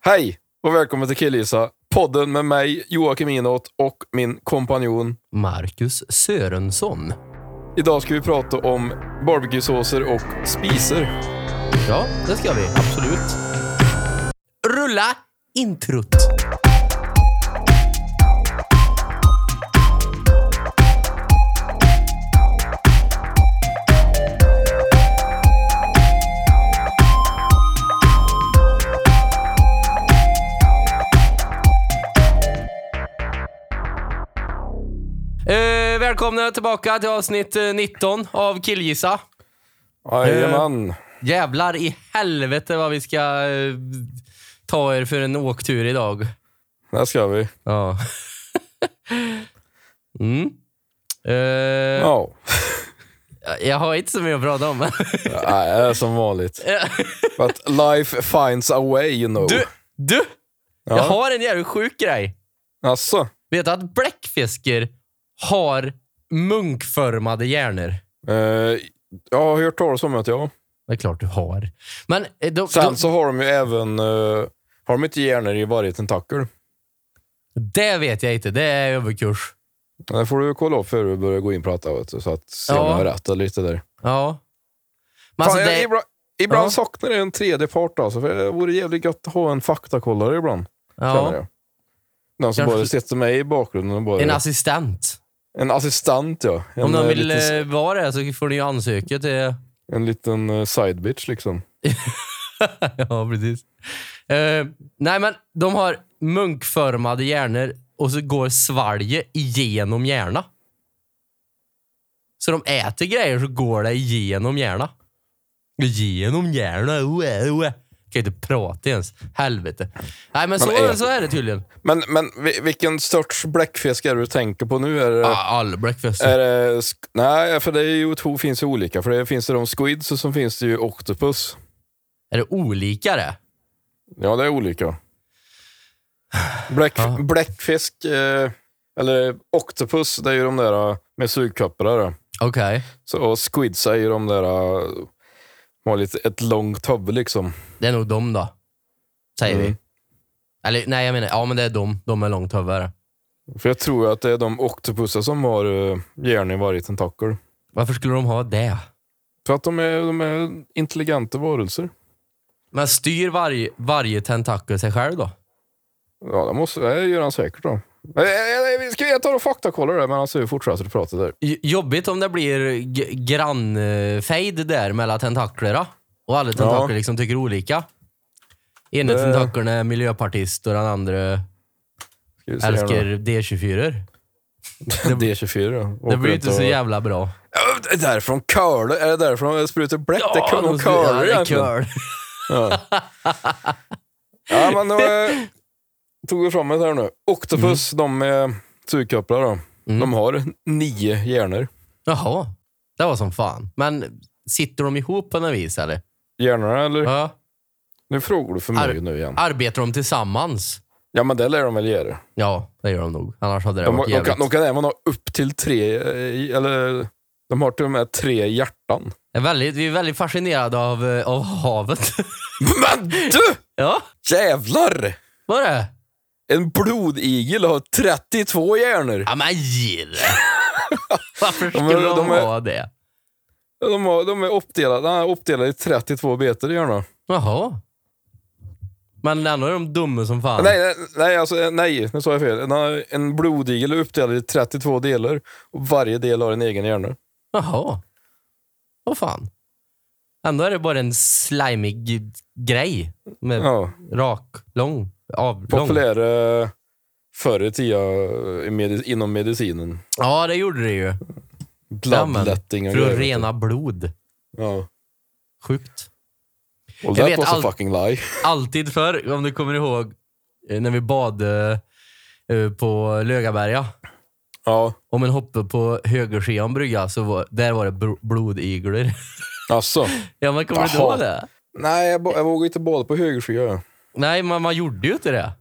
Hej och välkommen till Killgissa, podden med mig Joakim Inåt och min kompanjon. Marcus Sörensson. Idag ska vi prata om barbecuesåser och spiser. Ja, det ska vi. Absolut. Rulla introt. Eh, välkomna tillbaka till avsnitt eh, 19 av Killgissa. Jajamän. Jävlar i helvete vad vi ska eh, ta er för en åktur idag. Där ska vi. Ja. mm. Eh, Ja, Jag har inte så mycket att prata om. Nej, det är som vanligt. But life finds a way you know. du, du! Ja. Jag har en jävligt sjuk grej. Alltså, Vet du att bläckfiskar har munkformade hjärnor? eh, jag har hört talas om att ja. Det är klart du har. Men eh, de, Sen så alltså- har de ju även, eh, har de inte hjärnor i varje tentakel? de, det vet jag inte. Det är överkurs. Det får du kolla upp för du börjar gå in och prata, vet du, så att se om Ja. jag har rätt eller inte där. Ja. Men alltså, Fan, jag, det, ibland ibland Ja. saknar jag en tredje part alltså, för det vore jävligt gött att ha en faktakollare ibland. ja, Känner jag. Någon som Kanske- bara sitter med i bakgrunden och bara... en assistent. en assistent ja. En, Om de eh, vill liten, eh, vara det så får ni ju ansöka till... en liten eh, side bitch liksom. ja, precis. Eh, nej, men de har munkformade hjärnor och så går svalget igenom hjärnan. Så de äter grejer så går det igenom hjärnan. Igenom hjärnan. Ue, ue. Kan ju inte prata ens. Helvete. Nej, men så, äter- så är det tydligen. Men, men vi- vilken sorts bläckfisk är det du tänker på nu? Är det, Ah, all breakfast. är det, sk- nej, för det är ju, två- finns ju olika. För det finns ju de squids och så finns det ju octopus. Är det olika det? Ja, det är olika. Bläck, Ja. Bläckfisk, eh, eller octopus, det är ju de där eh, med sugkoppar. där. Okej. Så, och squids är ju de där, eh, har lite ett långt huvud liksom. Det är nog dem då. Säger Mm. vi. Eller nej, jag menar, ja men det är dem. De är långt hövare. För jag tror att det är de octopusar som har eh, hjärnan i varje tentakel. Varför skulle de ha det? För att de är, de är intelligenta varelser. Men styr varje, varje tentakel sig själv då? Ja, det, måste, det gör han säkert då. Eh, eh, eh, Ska jag ta och faktakolla det medan du fortsätter att prata där? J- Jobbigt om det blir g- grannfejd där mellan tentaklerna. Och alla tentakler Ja. liksom tycker olika. Ena Det- tentakeln är miljöpartist och den andra Ska vi se här nu. älskar D24. D24. Det blir ju inte så jävla bra. Ja, Det är därifrån curl, är det därifrån det sprutar bläck? det är curl, de de skulle- ja, curlar det är egentligen. curl. Ja. ja, men då eh, tog vi fram det här nu. Octopus, de är sugkopplar då. Mm. De har nio hjärnor. Jaha, det var som fan. Men sitter de ihop på något vis eller? Hjärnorna eller? Ja. Nu frågar du för Ar- mig nu igen. Arbetar de tillsammans? Ja, men det lär de väl göra. Ja, det gör de nog. Annars hade det De, varit de, jävligt. kan, de kan även ha upp till tre, eh, eller de har till och med tre hjärtan. Jag är väldigt, vi är väldigt fascinerade av, eh, av havet. Men du! ja, Jävlar! vad är det? En blodigel har 32 hjärnor. Ja, men gill. Varför skulle är- de, de är- ha det? De, har, de är uppdelade, han är uppdelade i 32 betor i hjärnan. Jaha. Men ändå är de dumma som fan. Nej, nej, nej, alltså, nej, nu sa jag fel. En, en blodigel är uppdelad i 32 delar och varje del har en egen hjärna. Jaha. Vad fan. Ändå är det bara en slimig grej. Med Ja, rak, lång, avlång. populära förr i tiden eh, i medi- inom medicinen. Ja, det gjorde det ju. Bloodletting och För att grejer. rena blod. Ja. Sjukt. Och Jag that vet was a allt- fucking lie. Alltid förr, om du kommer ihåg, eh, när vi bad eh, eh, på Lögaberga. Ja, Om en hoppade på högersidan brygga, så var, där var det bro- blodiglar. alltså. ja, men kommer du inte Jaha. ihåg det? Nej, jag, bo- jag vågar inte bada på högersida. Nej, men man gjorde ju inte det.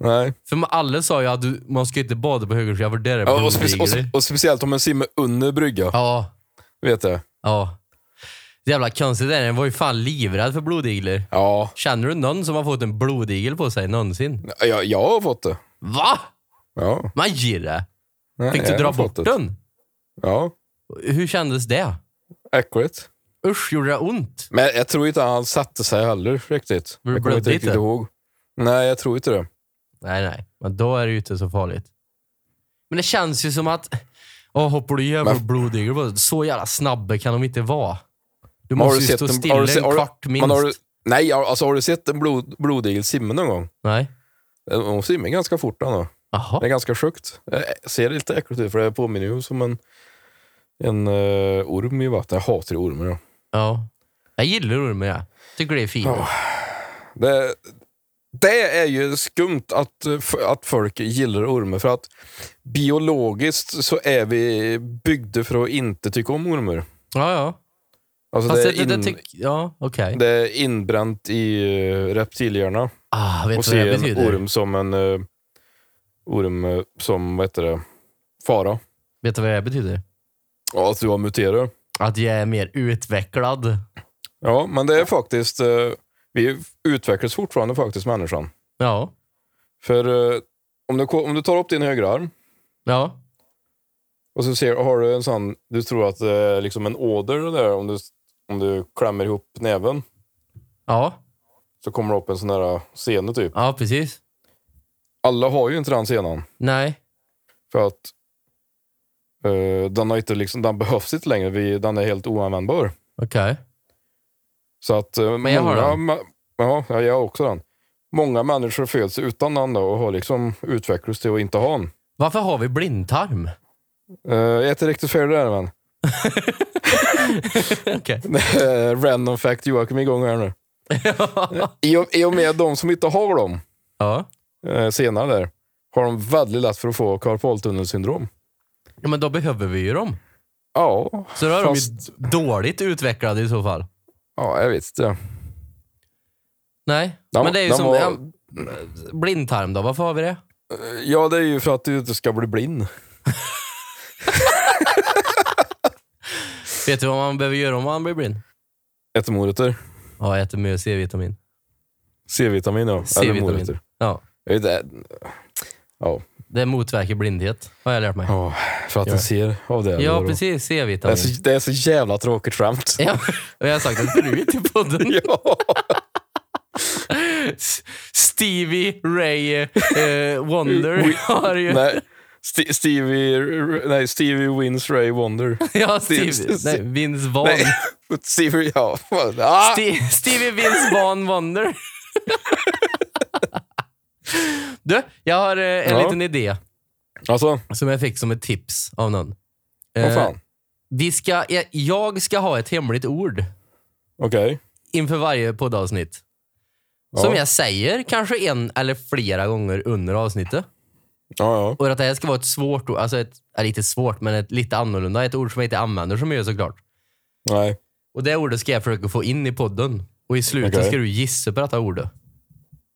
Nej. För man- alla sa ju att du, man ska inte bada på högersidan, för där är Ja, och, blodiglar. spe- och, och speciellt om man simmar under brygga. Ja, Vet jag. ja. Det jävla konstigt är det. Den var ju fan livrädd för blodigler. Ja, Känner du någon som har fått en blodigel på sig någonsin? jag, jag har fått det. Va? Ja. Man ger det? Nej, Fick du jag dra har bort fått det. den? Ja, Hur kändes det? äckligt. Usch, gjorde det ont? Men jag tror inte han satte sig heller riktigt. Blev det Jag kommer inte blödigt riktigt det? ihåg. Nej, jag tror inte det. Nej, nej. Men då är det ju inte så farligt. Men det känns ju som att... Åh, hoppar du jävla Men- blodigel på sig? Så jävla snabba kan de inte vara. Du Men måste ju stå en- stilla en se- har du- kvart minst. men har du, nej, alltså har du sett en blod, blodigel simma någon gång? Nej. De simmar ganska fort. Då. Jaha. Det är ganska sjukt. Det ser lite äckligt ut, för det påminner ju som en, en eh, orm i vattnet. Jag hatar ju ormar. Ja. Ja. Jag gillar ormar jag. Tycker det är fint. Ja. Det, det är ju skumt att, eh, f- att folk gillar ormar, för att biologiskt så är vi byggda för att inte tycka om ormar. Ja, ja. Alltså Fast det, det, är in, det, det tyck- Ja, okej. det är inbränt i eh, reptilhjärnan. Ah, vet Och du vad se det en betyder? orm som en eh, orm eh, som, vad heter det, fara. Vet du vad det betyder? Ja, att du har muterat. Att jag är mer utvecklad. Ja, men det är faktiskt, eh, vi utvecklas fortfarande faktiskt människan. Ja. För eh, om du, ko- om du tar upp din högra arm Ja. och så ser, har du en sån, du tror att det är liksom en åder där, om du, om du klämmer ihop näven Ja. så kommer det upp en sån där sene typ. Ja, precis. Alla har ju inte den senan. Nej. För att eh, den, har inte liksom, den behövs inte längre, vi, den är helt oanvändbar. Okej. Så att eh, Men jag har många, den. ma- Ja, jag har också den. Många människor föds utan den då och har liksom utvecklats till att inte ha den. Varför har vi blindtarm? Eh, jag är inte riktigt fel där men. Okej. Eh, Random fact Joakim är igång här nu. I och, I och med de som inte har dem ja. eh, senare där, har de väldigt lätt för att få karpaltunnelsyndrom. ja. Men då behöver vi ju dem. Ja, Så då är Fast- de ju dåligt utvecklade i så fall. ja jag vet inte. Nej. De- men det är ju de som... var- ja, blindtarm då, varför har vi det? Ja, det är ju för att du inte ska bli blind. Vet du vad man behöver göra om man blir blind? Äter morötter. Ja, äta mycket C-vitamin. C-vitamin ja. Eller C-vitamin. morötter. Ja. Jag vet inte, eh, Det motverkar blindhet, har jag lärt mig. Ja, för att Ja. den ser av det. eller Ja, vadå? precis. Det är, C-vitamin. så, det är så jävla tråkigt skämt. Ja, och jag har sagt det förut i podden. ja. S- Stevie Ray eh, Wonder har ju... Nej. Sti- Stevie, nej, Stevie Wins Ray Wonder. Ja, Steve- Stevie. Nej, Vince Vaughn. Nej, Stevie, ja. fan. Ah! Ste- Stevie Vince Vaughn Wonder. Du, jag har eh, en Ja. liten idé Alltså, som jag fick som ett tips av någon. vad Eh, fan. vi ska, jag- jag ska ha ett hemligt ord Okej. inför varje poddavsnitt. Ja. Som jag säger kanske en eller flera gånger under avsnittet. Ja, Och att det här ska vara ett svårt ord, alltså ett, ja, lite svårt men ett lite annorlunda, ett ord som jag inte använder så mycket såklart. ja. Nej. Och det ordet ska jag försöka få in i podden. Och i slutet Okej. ska du gissa på detta ordet.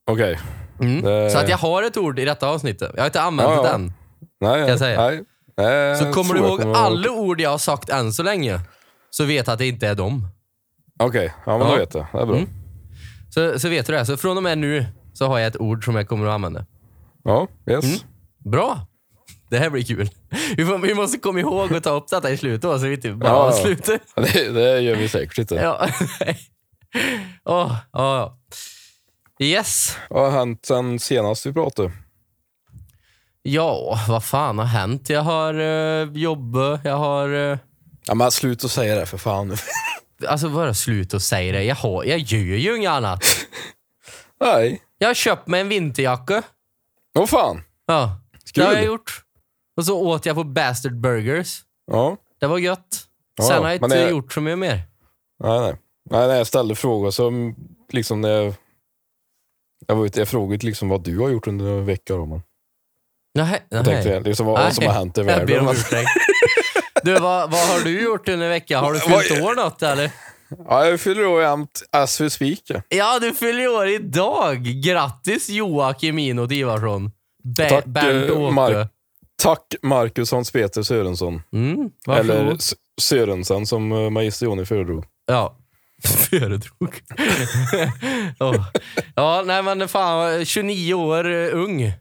Okej. Mm. Det- Så att jag har ett ord i detta avsnittet. Jag har inte använt Eh. Ja, det ja. än. Nej, jag säga? nej. Nej, Så jag kommer du tror jag ihåg kommer alla ord jag har sagt än så länge, så vet att det inte är dem. Okej, ja men Ja. då vet jag. Det är bra. Mm. Så, så vet du det. Så från och med nu så har jag ett ord som jag kommer att använda. Ja, yes. Mm. Bra! Det här blir kul. Vi, får, vi måste komma ihåg att ta upp detta i slutet då, så vi inte bara Ja, ja. avslutar. Ja, Det, det gör vi säkert inte. Ja. Åh, ja, ja. Yes. Vad har hänt sen senast vi pratade? Ja, vad fan har hänt? Jag har eh, jobbat, jag har... eh, Ja, men slut att säga det för fan. alltså bara slut och säga det. Jag, har, jag gör ju inget annat. nej. Jag har köpt mig en vinterjacka. Åh fan. Ja, det Kul. har jag gjort. Och så åt jag på Bastard Burgers. Ja. Det var gött. Ja, Sen ja. har jag Men inte det- gjort så mycket mer. Nej, nej. nej, nej jag ställde frågor som liksom när jag, jag var ute, jag frågade liksom vad du har gjort under veckan. då, men Nej, nej. Jag tänkte jag liksom vad, vad som har hänt i Jag ber världen. om men- ursäkt. Du, vad, vad har du gjort under veckan? Har du Vad- fyllt år något eller? Ja, jag fyller år jämt as we speak. Ja, du fyller ju år idag. Grattis Joakim Inot Ivarsson. Be- Tack, Bernt eh, Åke. Mark. Tack Marcus Hans Peter Sörensson. Mm, Eller varsågod. S- Sörensen som eh, magister Joni föredrog. Ja. Föredrog. Åh. Ja, nej men fan. 29 år eh, ung.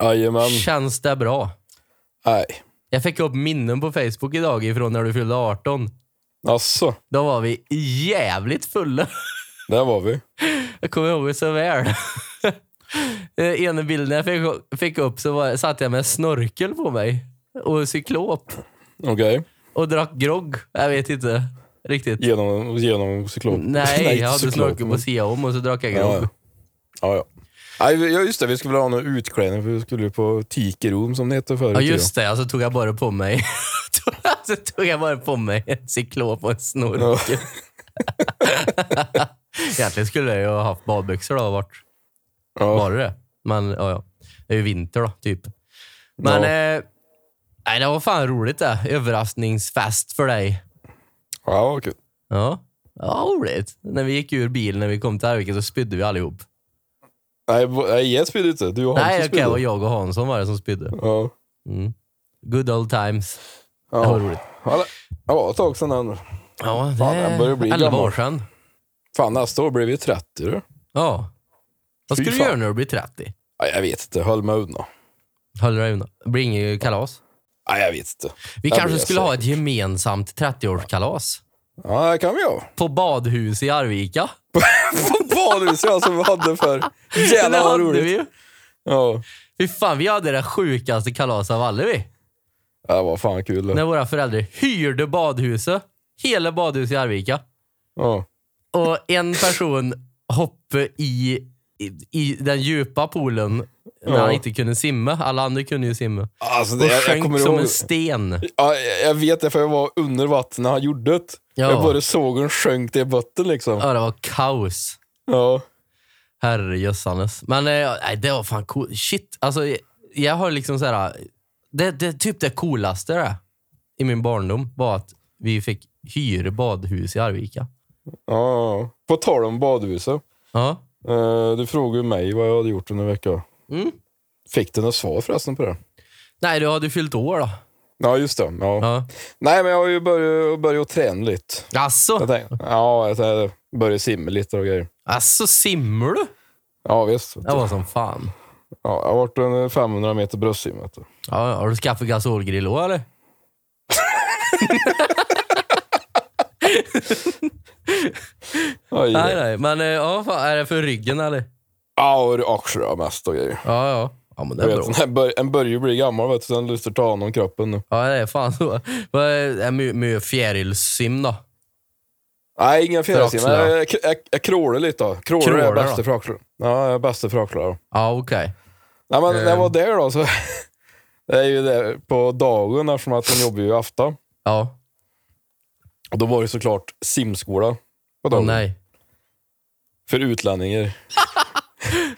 Jajamän. Känns det bra? Nej. Jag fick upp minnen på Facebook idag ifrån när du fyllde 18. Alltså, Då var vi jävligt fulla. där var vi. Jag kommer ihåg det så väl. Eh, Ena bilden jag fick, fick upp så var, satt jag med snorkel på mig och cyklop Okej. och drack grogg. Jag vet inte riktigt. Genom, genom cyklop. Nej, jag hade cyklop. snorkel på Siam och så drack jag grogg. Ja, ja. ja, ja. Nej, ja, just det. Vi skulle väl ha någon utklädning, för vi skulle ju på Tikerom som det hette förut. Ja, just det. Så tog jag bara på mig så tog jag bara på mig en cyklop och en snorkel. Egentligen skulle jag ju ha haft badbyxor då och varit ja. Var det det? Men ja, ja. Det är ju vinter då, typ. Men eh, nej, det var fan roligt det. Överraskningsfest för dig. Ja, vad kul. Ja, ja roligt. När vi gick ur bilen när vi kom till Arvika så spydde vi allihop. Nej, bo- nej, jag spydde inte. Du och Hampus nej, okej, spydde. det var jag och Hansson var det som spydde. Ja. Mm. Good old times. Ja. Det var roligt. Ja, det- det var ett tag sedan ändå. Ja, det Fan, jag börjar är bli 11 år gammal. sedan. Fan, nästa år blir vi 30 du. Ja. Vad Fy ska du fan. göra när du blir 30? Ja, jag vet inte. Höll mig undan. Höll du dig undan? Det blir inget kalas? Ja, jag vet inte. Vi Det kanske blir skulle ha ett gemensamt 30-årskalas. Ja, det kan vi ha. På badhus i Arvika. På badhuset alltså, som vi hade för Jävlar vad roligt. vi ju. Ja. Fy fan, vi hade det sjukaste kalaset av alla vi. Det var fan kul. det. När våra föräldrar hyrde badhuset. Hela badhuset i Arvika. Ja. Och en person hoppade i, i, i den djupa poolen när Ja. han inte kunde simma. Alla andra kunde ju simma. Alltså, det, Och jag, jag sjönk kommer som ihåg. en sten. Ja, jag- jag vet det, för jag var under vattnet när han gjorde det. Ja. Jag bara såg hon sjönk till botten liksom. Ja, det var kaos. Ja. Herrejössanes. Men eh, nej, det var fan coolt. Shit. Alltså, jag- jag har liksom så här... Det, det är typ det coolaste det, i min barndom var att vi fick hyra badhus i Arvika. ja. På tal om badhuset. Ja. Eh, du frågade ju mig vad jag hade gjort under veckan. Mm. Fick du något svar förresten på det? Nej, du hade fyllt år då. Ja, just det. Ja. Ja. Nej, men jag har ju börjat, börjat träna lite. Jag Alltså, tänkte, ja, jag tänkte börja simma lite och grejer. alltså, simmar du? Ja, visst. Det var som fan. Ja, jag har varit en 500 meter bröstsim. vet du. Ja, har du skaffat gasolgrill då, eller? Aj. Nej, nej. Men eh, ja, fan, är det för ryggen eller? Ja, och axlar jag mest och grejer. Ja, ja. Ja, men det Jag är vet, bra. sån här bör- en börjar bli gammal, vet du, så den lyster ta hand om kroppen nu. Ja, det är fan så. Vad är det är mycket- mycket fjärilssim då? Nej, ingen fjärilsim. För axlarna. Jag, jag, jag, jag crawlar lite då. Crawlar är Crawlar då? bästa för axlar. Ja, jag är bästa för axlar. då. Ja, okej. Nej, men när Eh. jag var där då så... Det är ju där på dagen eftersom att de jobbar ju i afton. Ja. Och då var det såklart simskola på Åh, dagen. nej. För utlänningar.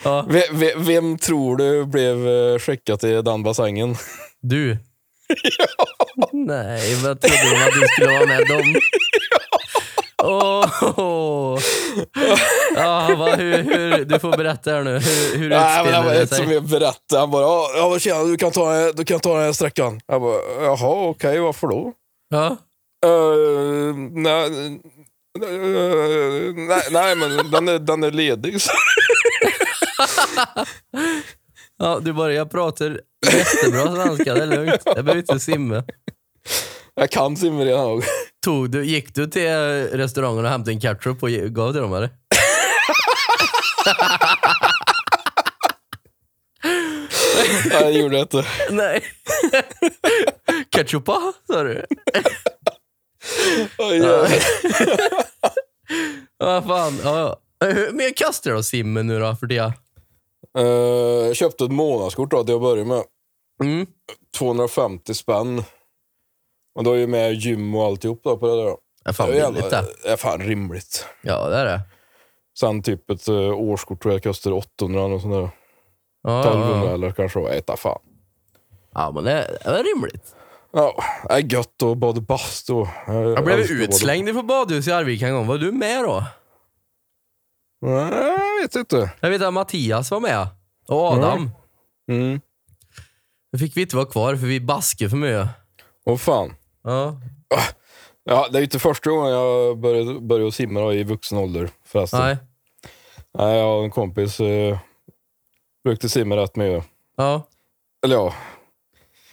Ja. Ve- ve- vem tror du blev eh, skickad till den bassängen? Du? Nej, vad trodde de att du skulle vara med dem? Åh! Ja, vad, hur, hur, du får berätta här nu. Hur, hur Nej, men det var utspelade det ett som sig? jag berättade. Han bara, "Ja, ja, men tjena, du kan ta, den här- du kan ta den här sträckan. Jag bara, jaha, okej, varför då? Ja. "Eh, nej, eh, nej, nej, men den är, den är ledig. så." Ja, du bara, jag pratar jättebra svenska, det är lugnt. Jag behöver inte simma. Jag kan simma redan. nog. Tog du, gick du till restaurangen och hämtade en ketchup och ge- gav till dem, eller? Nej, jag gjorde inte. Nej. Ketchupa, ah, sa du? Oj, jävlar. Vad fan. Ja, ja. Hur mer kastar du simmen nu då, för det? Eh, Jag köpte ett månadskort då, till att börja med. Mm. 250 spänn. Och då är ju med gym och alltihop då på det där. då. Ja, fan, det är billigt jävla- det. det är fan rimligt. Ja, det är det. Sen typ ett eh, årskort tror jag kostar 800 eller sånt där. Ja, 1200 Ja, eller kanske, jag vet inte fan. ja men det det är rimligt. Ja, det är gött och bada bastu. och- Jag, Jag blev älskar att bada- utslängd från badhus i Arvika en gång. Var du med då? Nej, jag vet inte. Jag vet att Mattias var med. Och Adam. Mm. Mm. Nu fick vi inte vara kvar för vi baskade för mycket. Åh fan. Ja. Jag Ja, det är ju inte första gången jag började, började simma då, i vuxen ålder förresten. Nej. Nej. jag och en kompis eh, brukade simma rätt mycket. Ja, Eller ja,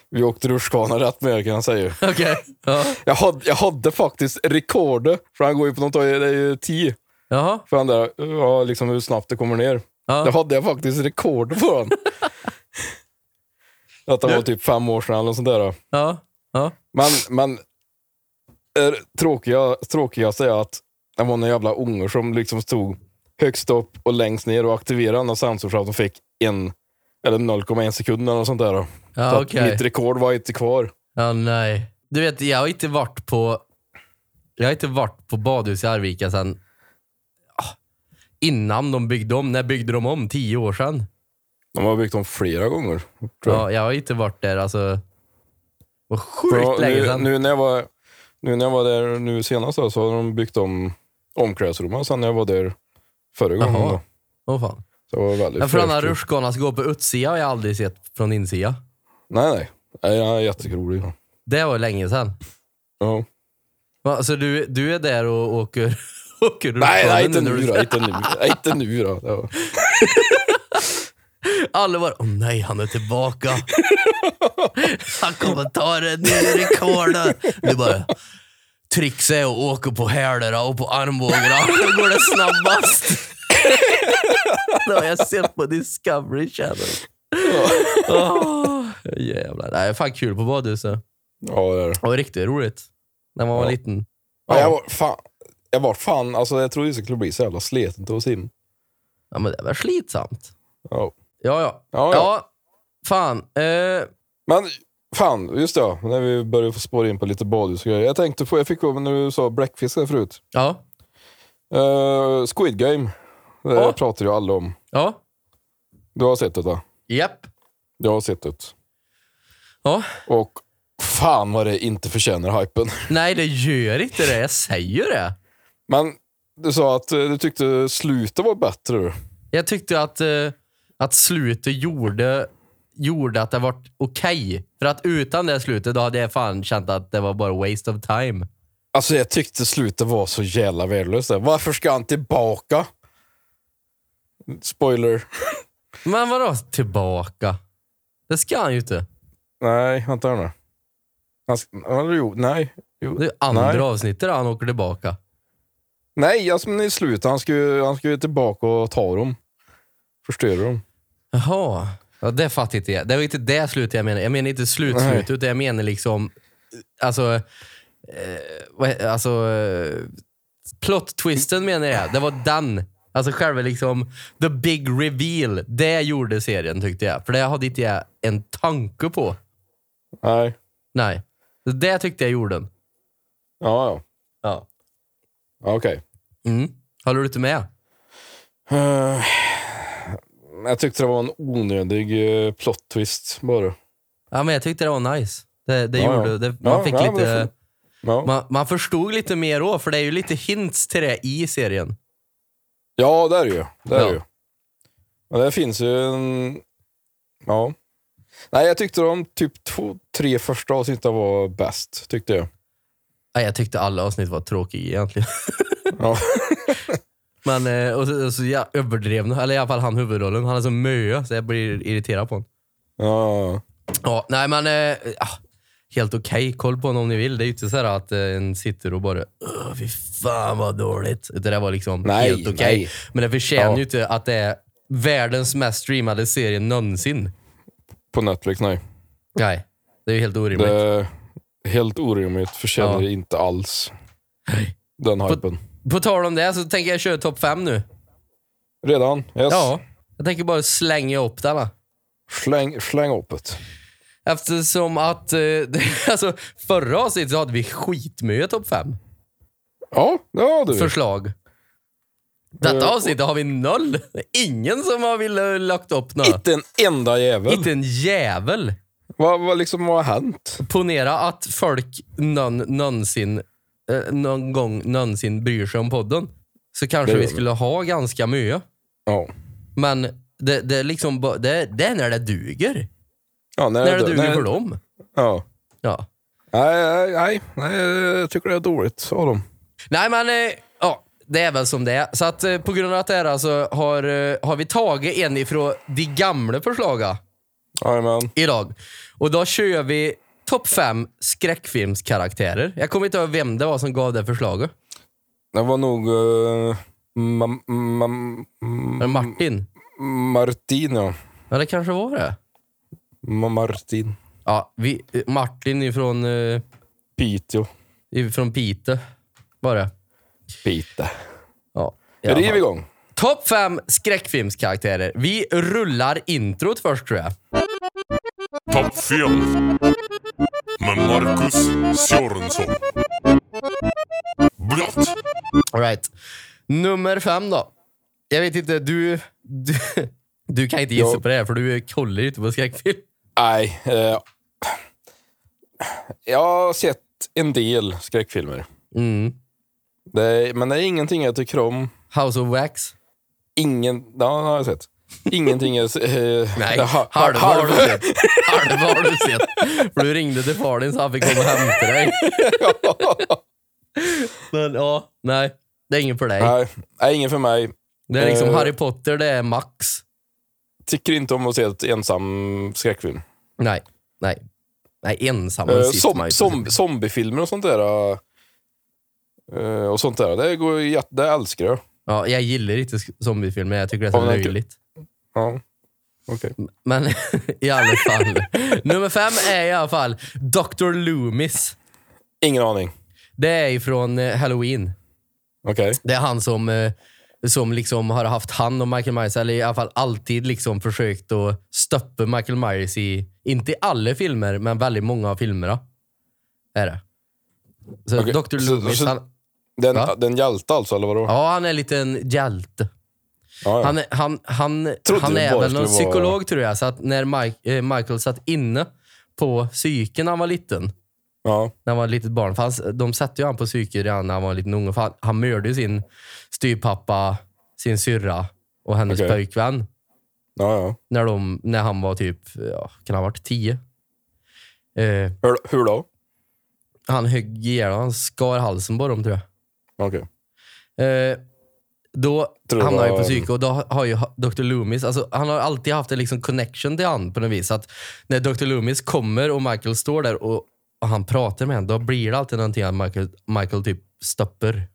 vi åkte rutschkana rätt mycket kan jag säga. okej. Ja. Jag hade, jag hade faktiskt rekordet, för han går ju på något, det är ju 10, Jaha. för han där, ja, liksom hur snabbt det kommer ner. Det Ja. hade jag faktiskt rekord på den. Detta var typ fem år sedan eller något sånt där. Då. Ja. Ja. Men, men är tråkiga, tråkigaste är att det var några jävla ungar som liksom stod högst upp och längst ner och aktiverade den här sensorn så att de fick en eller 0,1 sekunder eller något sånt där. Då. så Ja, att okej. mitt rekord var inte kvar. Ja, nej. Du vet, jag har inte varit på Jag har inte varit på badhus i Arvika sen ah, innan de byggde om. När byggde de om? Tio år sedan? De har byggt om flera gånger. Tror jag. Ja, jag har inte varit där. Alltså, det var För sjukt länge nu, sedan. nu, när jag var, nu när jag var där nu senast då, så har de byggt om omklädningsrummen sen när jag var där förra gången. Jaha. Då. Åh, fan. Så det var väldigt Ja, för den här fräscht. rutschkanan som går på utsida har jag aldrig sett från insida. Nej, nej. nej jag är jättekrolig. Det var länge sedan. Ja. Va, Så du, du är där och åker, åker Nej, nej, inte när nu du- då. Inte nu, Nej, inte nu då. Det var- Alla bara, åh nej, han är tillbaka. han kommer ta det nya rekordet. Du bara, trixet är att åka på hälarna och på armbågarna. Då går det snabbast. det har jag sett på Discovery Channel. Åh, jävlar. Det är fan kul på badhuset. Ja, det är det. Det var riktigt roligt. När man var Ja. liten. Ja, jag var fan, jag var fan alltså, jag trodde det skulle bli så jävla sleten till att simma. Ja, men det var slitsamt. Ja. Ja, ja. Ja, ja. ja fan. Eh, Men fan, just det. ja, När vi började få spåra in på lite badhus och grejer. Jag tänkte på, jag fick upp när du sa bläckfisk här förut. ja. Eh, Squid Game. Det Ja. pratar ju alla om. Ja. Du har sett det va? Japp. Jag har sett det. Ja. Och fan vad det inte förtjänar hypen. Nej, det gör inte det. Jag säger det. Men du sa att eh, du tyckte slutet var bättre. du. Jag tyckte att, eh, att slutet gjorde, gjorde att det vart okej. För att utan det slutet, då hade jag fan känt att det var bara waste of time. Alltså jag tyckte slutet var så jävla värdelöst. där. Varför ska han tillbaka? Spoiler. Men vadå tillbaka? Det ska han ju inte. Nej, vänta nu. Han ska, eller jo, nej. Jo. Det är ju andra Nej. avsnittet där han åker tillbaka. Nej, alltså men i slutet. Han ska ju han ska ju tillbaka och ta dem. Förstöra dem. Jaha. Ja, det fattar inte jag. Det var inte det slutet jag menar. Jag menar inte Nej. slutslutet, utan jag menar liksom... Alltså... Eh, vad- alltså eh, Plot-twisten menar jag. Det var den. Alltså själva liksom the big reveal. Det gjorde serien tyckte jag. För det hade inte jag en tanke på. Nej. Nej. Det tyckte jag gjorde den. Ja, ja. Ja. Ja, Okej. Mm. Håller du inte med? Eh, jag tyckte det var en onödig uh, plot twist bara. Ja, men jag tyckte det var nice. Det, det Ja, ja. gjorde... Det, man Ja, fick ja, men lite... det får- Ja, Man, man förstod lite mer då, för det är ju lite hints till det i serien. ja det är det ju. Det är Ja. det ju. Men det finns ju en... Ja. Nej, jag tyckte de typ två, tre första avsnitten var bäst, tyckte jag. Ja, jag tyckte alla avsnitt var tråkiga egentligen. Ja. Men, eh, och så, och så ja, överdrevna, eller i alla fall han huvudrollen. Han är så mö, så jag blir irriterad på honom. Ja, Ja, nej men, eh, ah, helt okej. Koll på honom om ni vill. Det är ju inte så här att eh, en sitter och bara, "Åh, fy fan vad dåligt. Det där var liksom Nej, helt okej. nej. Men det förtjänar Ja. ju inte att det är världens mest streamade serie någonsin. på Netflix, nej. Nej, det är ju helt Det orimligt. är Eh, helt orimligt. Förtjänar Ja. inte alls den hypen. På tal om det så tänker jag köra topp fem nu. Redan? Yes. Ja, jag tänker bara slänga upp den. va. Släng, släng upp det. Eftersom att eh, det- alltså, förra avsnittet så hade vi skitmycket topp fem Mm. Ja, ja du. förslag. Detta Eh, avsnitt har vi noll. Det är Ingen som har velat lagt upp något. Inte en enda jävel. Inte en jävel. Vad, vad, liksom, vad har hänt? Ponera att folk någon, någonsin, eh, någon gång någonsin bryr sig om podden. Så kanske Det vi gör vi. skulle ha ganska mycket. Ja. Men det, det, är liksom, bara- det, det är när det duger. Ja, När det duger nej, för dem. Ja. Ja. Nej, Nej, nej, nej, nej, jag tycker det är dåligt av dem. Nej, men eh, ja, det är väl som det är. Så att eh, på grund av att det här alltså har, eh, har vi tagit en ifrån de gamla förslagen Jajamän. idag. Och då kör vi topp fem skräckfilmskaraktärer. Jag kommer inte ihåg vem det var som gav det förslaget. Det var nog eh, ma- ma- Var det Martin? Martin, ja. Ja, det kanske var det. Ma- Martin. Ja, vi, eh, Martin ifrån, eh, Piteå. ifrån Piteå var det. Piteå. Ja. i alla Riv fall. igång. Topp fem skräckfilmskaraktärer. Vi rullar introt först tror jag. Toppfilm med Marcus Sörensson. Blått, All right. Nummer fem då. Jag vet inte, du... Du, du kan inte gissa Ja. på det här för du kollar ju inte på skräckfilm. Nej. Eh, jag har sett en del skräckfilmer. Mm. Det är, men det är ingenting jag tycker om. House of Wax. Ingen, ja, det har jag sett. Ingenting jag... Eh, Nej, jag har- halva har- har halv- du sett. Halva har du sett. För du ringde till far din så han fick komma och hämta dig. Men ja, nej. Det är ingen för dig. Nej, nej, ingen för mig. Det är liksom Eh. Harry Potter, det är Max. Tycker inte om att se ett ensam skräckfilm. Nej, nej. Nej, ensam. Eh, Uh, som, som, zombiefilmer och sånt där. eh, och sånt där. Det, går, ju jätte- det älskar jag. Ja, jag gillar inte sk- zombiefilmer, jag tycker det är så Ja, men det är löjligt. Ja. Okej. Men i alla fall. Nummer fem är i alla fall Dr. Loomis. Ingen aning. Det är ifrån eh, Halloween. Okej. Det är han som, eh, som liksom har haft hand om Michael Myers, eller i alla fall alltid liksom försökt att stoppa Michael Myers i, inte i alla filmer, men väldigt många av filmerna. Är det. Så Okej, Dr. så- Loomis, så- han, Va? Den, den hjälte alltså, eller vadå? ja han är en liten hjälte. Ja, ja. Han, är- han, han, Trodde han det är bara väl någon skulle vara- psykolog tror jag, så att när Mike, eh, Michael satt inne på psyken när han var liten, ja. när han var ett litet barn. För han, de satte ju han på psyke redan när han var en liten unge. För han, han mördade ju sin styvpappa, sin syrra och hennes Okej. pojkvän ja, ja. när, de, när han var typ, ja, kan han ha varit tio? Eh, Hur, hur då? han högg ihjäl han skar halsen på dem tror jag. Okej. Eh, då Tror det hamnar han ju var- på psyke och då har ju ha- Dr. Loomis, alltså, han har alltid haft en liksom connection till han på något vis. Att när Dr. Loomis kommer och Michael står där och, och han pratar med honom, då blir det alltid någonting att Michael, Michael typ stoppar.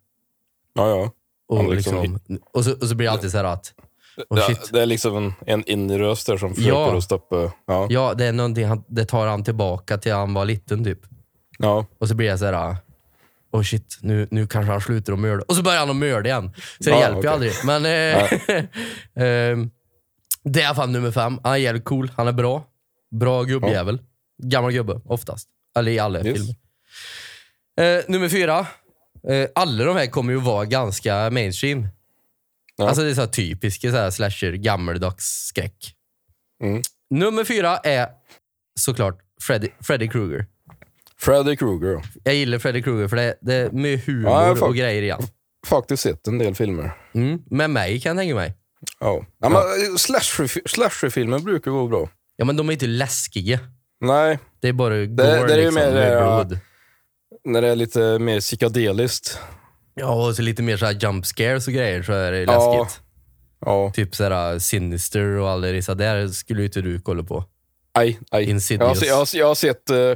Ja, ja. Han Och, liksom- liksom, och, så, och så blir det alltid så här att, oh det, shit, det är liksom en, en inre röst där som försöker Ja. att stoppa. Ja. ja det är någonting, han, det tar han tillbaka till han var liten typ. Ja. Och så blir jag så här, oh shit, nu, nu kanske han slutar att mörda. Och så börjar han att mörda igen. Så det Ja, hjälper ju okej. aldrig. Men eh, eh, det är i alla fall nummer fem. Han är jävligt cool. Han är bra. Bra gubbjävel. Gammal gubbe, oftast. Eller i alla Yes. filmer. Eh, nummer fyra. Eh, alla de här kommer ju vara ganska mainstream. Ja. Alltså det är så här typiska så här slasher, gammeldags skräck. Mm. Nummer fyra är såklart Freddy, Freddy Krueger. Freddy Krueger. Jag gillar Freddy Krueger för det, det är med humor Ja, jag får- och grejer igen. Faktiskt sett en del filmer. Mm. Med mig kan jag tänka mig. Ja. Ja, men, eh, slasher- Slasherfilmer brukar gå bra. Ja, men de är inte läskiga. Nej, Det är bara liksom, det är ju mer det, med ja. blod. när det är lite mer psykedeliskt. Ja, och så lite mer så här jump scares och grejer så är det Ja. läskigt. Ja. Typ så här Sinister och all det så där skulle ju inte du kolla på. Aj, aj. Jag, har Insidious. se- jag, har se- jag har sett eh,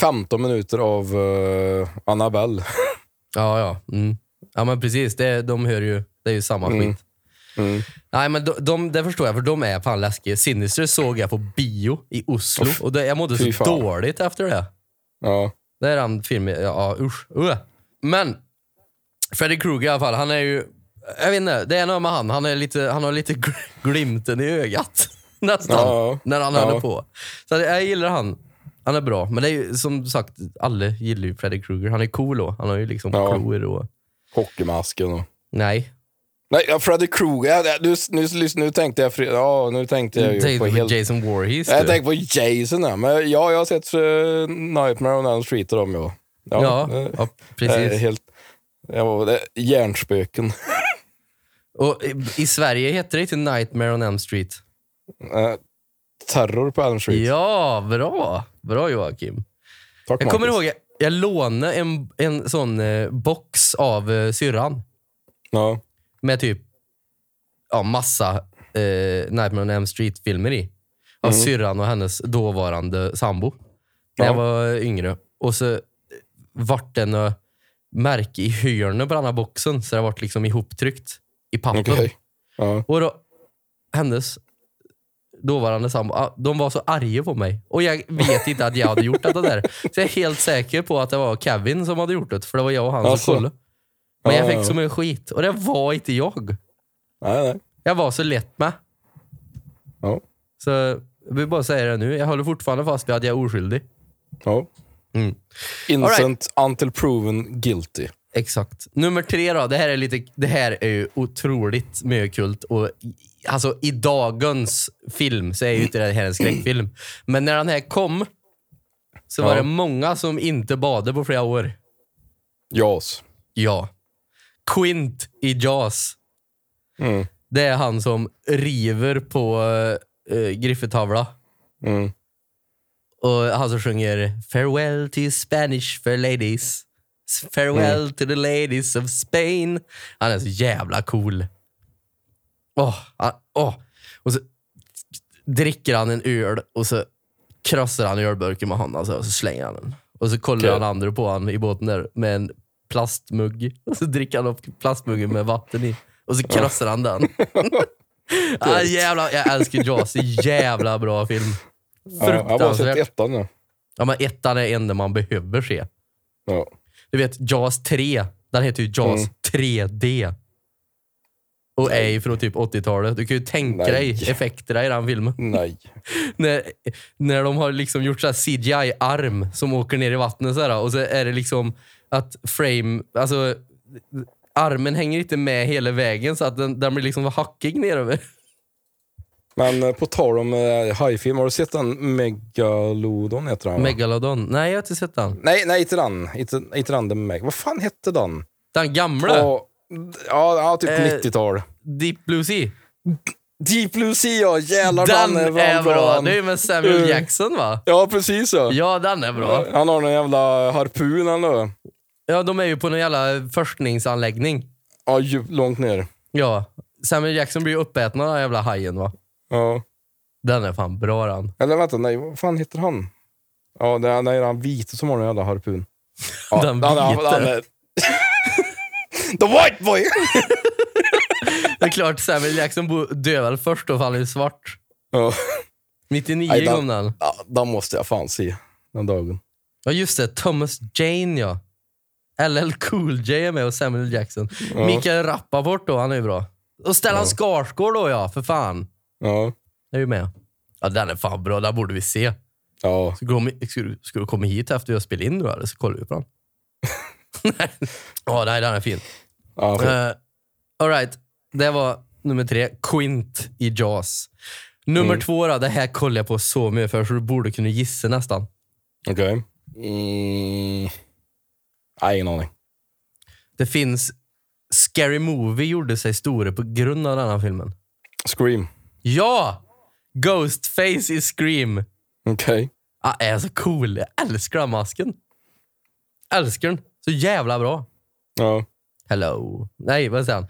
15 minuter av eh, Annabelle. Ja, ja. Mm. Ja, men precis. Det, de hör ju, det är ju samma Mm. skit. Mm. Nej, men de, de, det förstår jag, för de är fan läskiga. Sinister såg jag på bio i Oslo och det, jag mådde fy så fan. dåligt efter det. Ja. Det är den filmen, ja usch. Uh. Men Freddy Krueger i alla fall, han är ju, jag vet inte, det är något med han, han, är lite, han har lite gl- glimten i ögat. Nästan, Ja. när han Ja. håller på. Så att jag gillar han. Han är bra, men det är ju som sagt, alla gillar ju Freddy Krueger. Han är cool då. Han har ju liksom Ja. klor och... Hockeymasken och... Nej. Nej, ja, Freddy Krueger. Ja, det- Nu, nu, nu, nu tänkte jag, Fre- ja, nu tänkte jag ju Tänk på på helt... Jason Voorhees. Jag du. tänkte på Jason. Ja. Men ja, jag har sett uh, Nightmare on Elm Street och dem. Ja, Ja, det- ja, det är precis. helt, jag var, det, hjärnspöken. Och i, i Sverige heter det inte Nightmare on Elm Street. Eh, terror på Elm Street. Ja, bra. Bra Joakim. Tack Jag kommer Marcus. ihåg, jag, jag lånade en, en sån eh, box av eh, syrran Ja. med typ ja, massa eh, Nightmare on Elm Street-filmer i. Av syrran och hennes dåvarande sambo. När jag Mm. Ja. var eh, yngre. Och så vart det något märke i hörnet på den här boxen, så det vart liksom ihoptryckt i papper. Okej. Ja. Och då, hennes dåvarande sambo, ah, de var så arga på mig. Och jag vet inte att jag hade gjort detta där. Så jag är helt säker på att det var Kevin som hade gjort det, för det var jag och han Alltså. som kollade. Men jag Ja, fick ja, så mycket skit. Och det var inte jag. Nej, nej. Jag var så lätt med. Ja. Så jag vill bara säga det nu. Jag håller fortfarande fast vid att jag är oskyldig. Ja. Mm. Innocent until proven guilty. Exakt. Nummer tre då. Det här är, lite, det här är ju otroligt mycket kult. Och, i- alltså, I dagens film så är ju inte det här en skräckfilm. Men när den här kom så var Ja. det många som inte badade på flera år. Jaws. Ja. Quint i Jaws. Mm. Det är han som river på uh, Griffetavla. Mm. Och han som sjunger “Farewell to Spanish for ladies, farewell Mm. to the ladies of Spain”. Han är så jävla cool. Åh, han, åh. Och så dricker han en öl och så krossar han ölburken med handen alltså, och så slänger han den. Och så kollar Okej. han andra på han i båten där med en plastmugg. Och så dricker han upp plastmuggen med vatten i. Och så krossar han den. ah, jävla, jag älskar Jaws. Det är en jävla bra film. Ja, jag har bara sett Fruktansvärt. ettan nu. Ja, men ettan är enda man behöver se. Ja. Du vet, Jaws 3. Den heter ju Jaws Mm. 3D. Och är från typ 80-talet. Du kan ju tänka Nej. dig effekterna i den filmen. Nej. När, när de har liksom gjort så här CGI-arm som åker ner i vattnet så här, och så är det liksom att frame... Alltså, armen hänger inte med hela vägen så att den, den blir liksom hackig neröver. Men eh, på tal om eh, hajfilm, har du sett den Megalodon heter den? va? Megalodon. Nej, jag har inte sett den. nej, nej, inte den. Inte, inte den. den Meg. Vad fan hette den? Den gamla? Ja, ja, ja, typ Eh, 90-tal. Deep Blue Sea? Deep Blue Sea, ja. Jävlar, eh, Den fan är bra. den. Det är ju med Samuel Eh. Jackson va? Ja, precis ja. Ja, den är bra. Han har någon jävla harpun han då. Ja, de är ju på någon jävla forskningsanläggning. Ja, djupt långt ner. Ja. Samuel Jackson blir ju uppäten av den här jävla hajen va? Ja. Den är fan bra den. Eller vänta, nej, vad fan heter han? Ja, det är, nej, det är han vite som har den jävla harpun. Ja, Den han- han- vite? han är- The white boy! Det är klart, Samuel Jackson bo- dör väl först och faller i svart. ja, 99 Aj, den- kom den. ja, den måste jag fan se den dagen. Ja, just det. Thomas Jane ja. LL Cool J är med och Samuel Jackson. Ja. Mikael Rappaport då, han är ju bra. Och Stellan Ja. Skarsgård då ja, för fan. Ja, Är ju med. Ja, den är fan bra. Den borde vi se. ja. Ska du, komma- ska, du, ska du komma hit efter jag spelar in nu eller så kollar vi på den? nej. Ja, nej, den är fin. ja fan. Uh, Alright, det var nummer tre. Quint i Jaws. Nummer Mm. två då, det här kollade jag på så mycket för så du borde kunna gissa nästan. okej. Mm. Nej, ingen aning. Det finns... Scary Movie gjorde sig stora på grund av den här filmen. Scream. Ja! Ghostface i Scream. Okej. Han är så cool. Jag älskar den masken. Älskar den. Så jävla bra. Ja. Hello. Nej, vad säger han?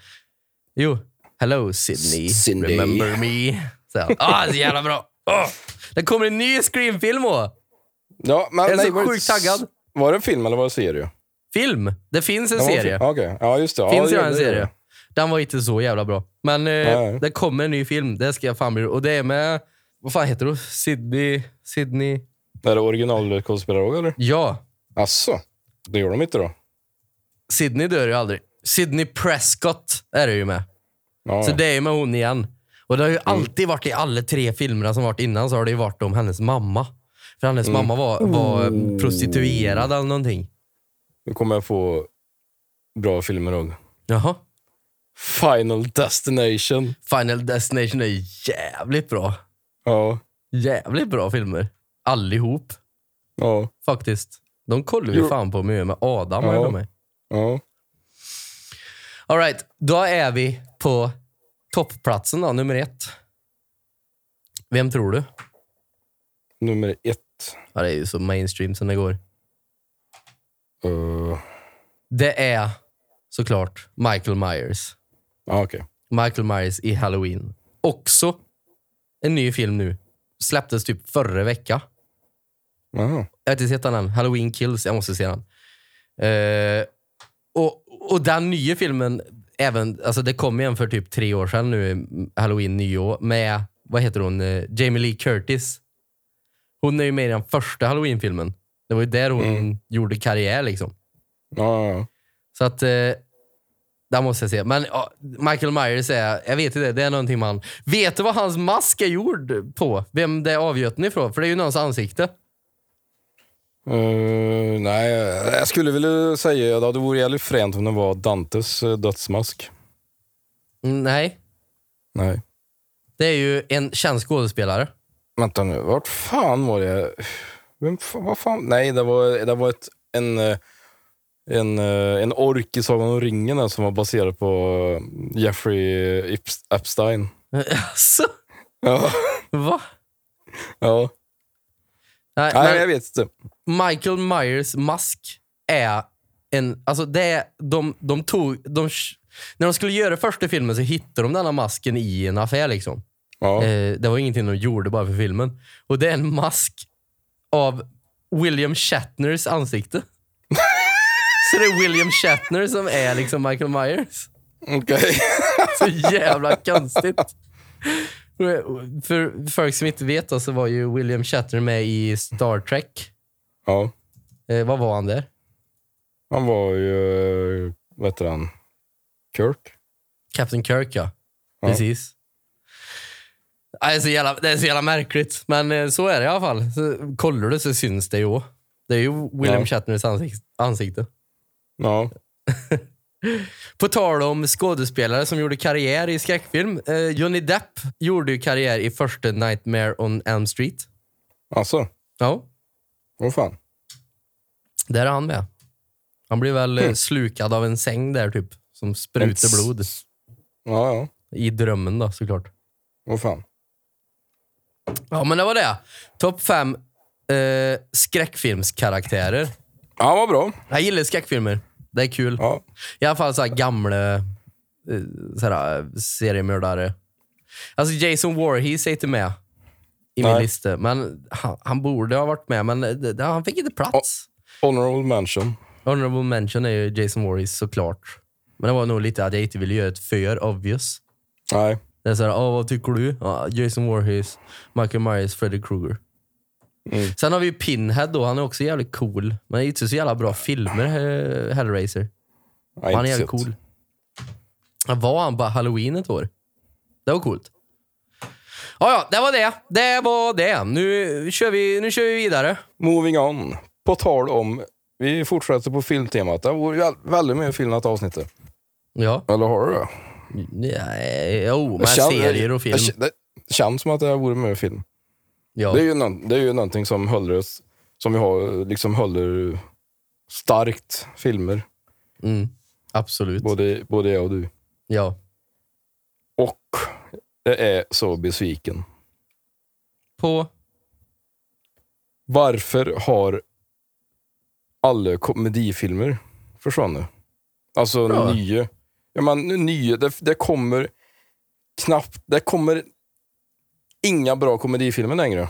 Jo. Hello Sydney. S- Cindy. Remember me. Säger han. Ah, så jävla bra. Ah. Det kommer en ny Scream-film åh. ja men, Jag är nej, så var det- sjukt taggad. Var det en film eller var det en serie? Film. Det finns en Det var serie. film. Okej, ja just det. Finns ja, ju det en gör det. serie. Den var inte så jävla bra. Men eh, Nej. det kommer en ny film. Det ska jag fan bli... Och det är med... Vad fan heter du? Sydney... Sydney... Är det originalkonspirolog eller? Ja. Asså, det gör de inte då? Sydney dör ju aldrig. Sydney Prescott är det ju med. Ja, Så ja. Mm. det är ju med hon igen. Och det har ju alltid varit i alla tre filmerna som varit innan så har det ju varit om hennes mamma. För hennes Mm. mamma var, var eh, Oh. prostituerad eller någonting. Nu kommer jag få bra filmer ihåg. Jaha. Final Destination. Final Destination är jävligt bra. Ja, Jävligt bra filmer. Allihop ja, faktiskt. De kollar vi Jo. fan på mycket med Adam har Ja. jag för mig. ja. Alright, då är vi på toppplatsen då, nummer ett. Vem tror du? Nummer ett. Ja, det är ju så mainstream som det går. Uh, Det är såklart Michael Myers. ja, okej. Michael Myers i Halloween. Också en ny film nu. Släpptes typ förra veckan. Jaha. Jag har inte sett den än. Halloween Kills. Jag måste se den. Eh, och, och den nya filmen, även, alltså det kom igen för typ tre år sedan nu, Halloween nyår, med, vad heter hon, eh, Jamie Lee Curtis. Hon är ju med i den första Halloween-filmen. Det var ju där hon gjorde karriär liksom. Ja, ja, ja. Så att, eh, där måste jag se. Men ja, Michael Myers är, jag vet inte, det är någonting man... Vet du vad hans mask är gjord på? Vem det är avgjuten ifrån? För det är ju någons ansikte. Eh, nej, jag skulle vilja säga att det vore jävligt fränt om det var Dantes eh, dödsmask. Mm, Nej, Nej. det är ju en känd skådespelare. Vänta nu, vart fan var det? Vem, fa- vad fan? Nej, det var, det var ett, en, eh, en, eh, en ork i Sagan om ringen där som var baserad på eh, Jeffrey Epst- Epstein. Alltså, Ja. va? ja. Nej, Nej, men jag vet inte. Michael Myers mask är en... Alltså det är, de, de tog... De, när de skulle göra första filmen så hittade de den här masken i en affär liksom. Ja. Eh, det var ingenting de gjorde bara för filmen. Och det är en mask av William Shatners ansikte. Så det är William Shatner som är liksom Michael Myers. Okej. Så jävla konstigt. För folk som inte vet då, så var ju William Shatner med i Star Trek. ja. Eh, vad var han där? Han var ju... eh, Vad heter han? Kirk? Captain Kirk, ja. Precis. Nej, Det är, så jävla, det är så jävla märkligt, men eh, så är det i alla fall. Så, kollar du så syns det ju också. Det är ju William Ja. Shatners ansik- ansikte. Ja. På tal om skådespelare som gjorde karriär i skräckfilm. Eh, Johnny Depp gjorde ju karriär i första Nightmare on Elm Street. Alltså, Ja, vad fan. där är han med. Han blir väl eh, slukad av en säng där typ, som sprutar Hm. En s- blod. Ja, ja. I drömmen då, såklart. Vad fan. Ja, men det var det. Topp fem eh, skräckfilmskaraktärer. Ja, vad bra. Jag gillar skräckfilmer. Det är kul. Ja. I alla fall så här gamla eh, så här, eh, seriemördare. Alltså Jason Voorhees är inte med i min Nej. lista. Men han, han borde ha varit med, men eh, det, det, han fick inte plats. Honorable mention. Honorable mention är ju Jason Voorhees såklart. Men det var nog lite att jag inte ville göra ett för obvious. Nej. Det är såhär, oh, vad tycker du? Ja, Jason Voorhees, Michael Myers, Freddy Krueger. Mm. Sen har vi ju Pinhead då, han är också jävligt cool. Men det är inte så jävla bra filmer, eh, Hellraiser. Nej, Han är inte jävligt sett. cool. Han var han på halloween ett år. Det var coolt. Ja, ja, det var det. Det var det. Nu kör vi, nu kör vi vidare. Moving on. På tal om... Vi fortsätter på filmtemat. Det vore ju väldigt mycket filmat avsnittet. Ja. Eller har du det? Nej, Jo, men Känns- serier och film. det- Det det känns som att det vore mycket film. Ja. Det, är ju någon, det är ju någonting som håller oss... Som vi har, liksom håller starkt filmer. Mm, absolut. Både, både jag och du. Ja. Och jag är så besviken. På... Varför har alla komedifilmer försvunnit? Alltså Bra. nya. Ja, men nya. Det, det kommer knappt... Det kommer inga bra komedifilmer längre.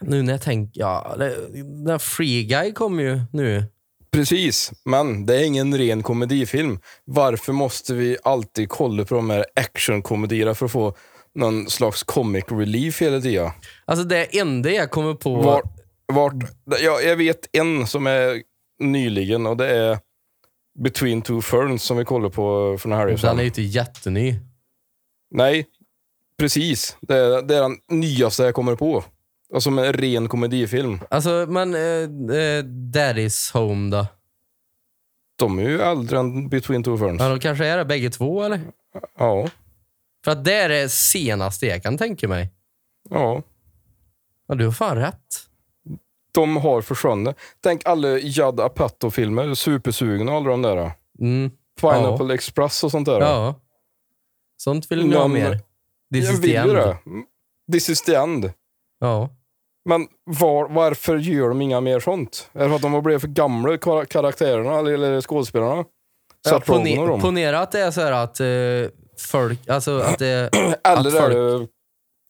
Nu när jag tänker... Ja, det, den här Free Guy kom ju nu. Precis, men det är ingen ren komedifilm. Varför måste vi alltid kolla på de här actionkomedierna för att få någon slags comic relief hela tiden? Alltså det enda jag kommer på... Vart, vart, jag, jag vet en som är nyligen och det är Between Two Ferns som vi kollade på för några helger Den är sedan. ju inte jätteny. Nej, precis. Det är, det är den nyaste jag kommer på. Och Som en ren komedifilm. Alltså, men... Eh, eh, Daddy's Home då? De är ju äldre än Between Two Ferns. Ja, de kanske är det bägge två, eller? Ja, För att det är det senaste jag kan tänka mig. ja. Ja, du har fan rätt. De har försvunnit. Tänk alla Judd Apatow-filmer, Supersugen och alla de där. Mm. Pineapple Express och sånt där. Ja. Sånt vill ni ha Men- mer. This jag is vill ju the end. det. This is the end. Ja. Men var, varför gör de inga mer sånt? Är det för att de har blivit för gamla, kar- karaktärerna eller, eller skådespelarna? Ja, Seth Rogen och pone- dem. ponera att det är så här att eh, folk, alltså att det, Eller att är det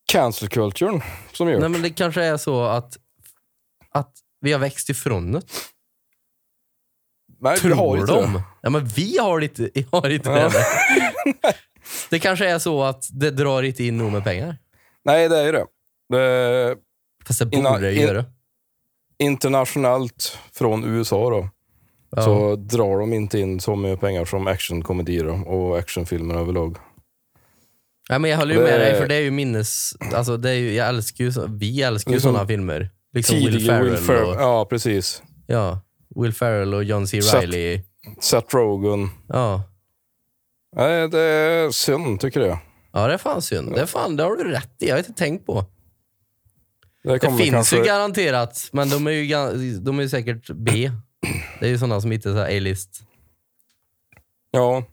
cancel culturen som gör nej det? men det kanske är så att, att vi har växt ifrån det. Nej, vi har Tror inte det. de? Ja, men vi har inte, har inte Ja. det. Det kanske är så att det drar inte in nog med pengar. Nej, det är ju det. det Fast det Innan- borde det in- göra. internationellt från USA då, Ja. så drar de inte in så mycket pengar som actionkomedier och actionfilmer överlag. Ja, men jag håller ju Det- med dig, för det är ju minnes... Alltså, det är ju, jag älskar ju, så- vi älskar ju Liksom- sådana filmer. Liksom Tidiga Will Ferrell. Och, Ja, precis. ja, Will Ferrell och John C. Så att- Reilly. Seth Rogen. Ja. Nej, det är synd, tycker jag. ja, det är fan synd. Det, är fan, det har du rätt i. Jag har inte tänkt på. Det kommer finns kanske- ju garanterat, men de är ju, gan- de är ju säkert B. Det är ju sådana som inte är så här A-list. Ja.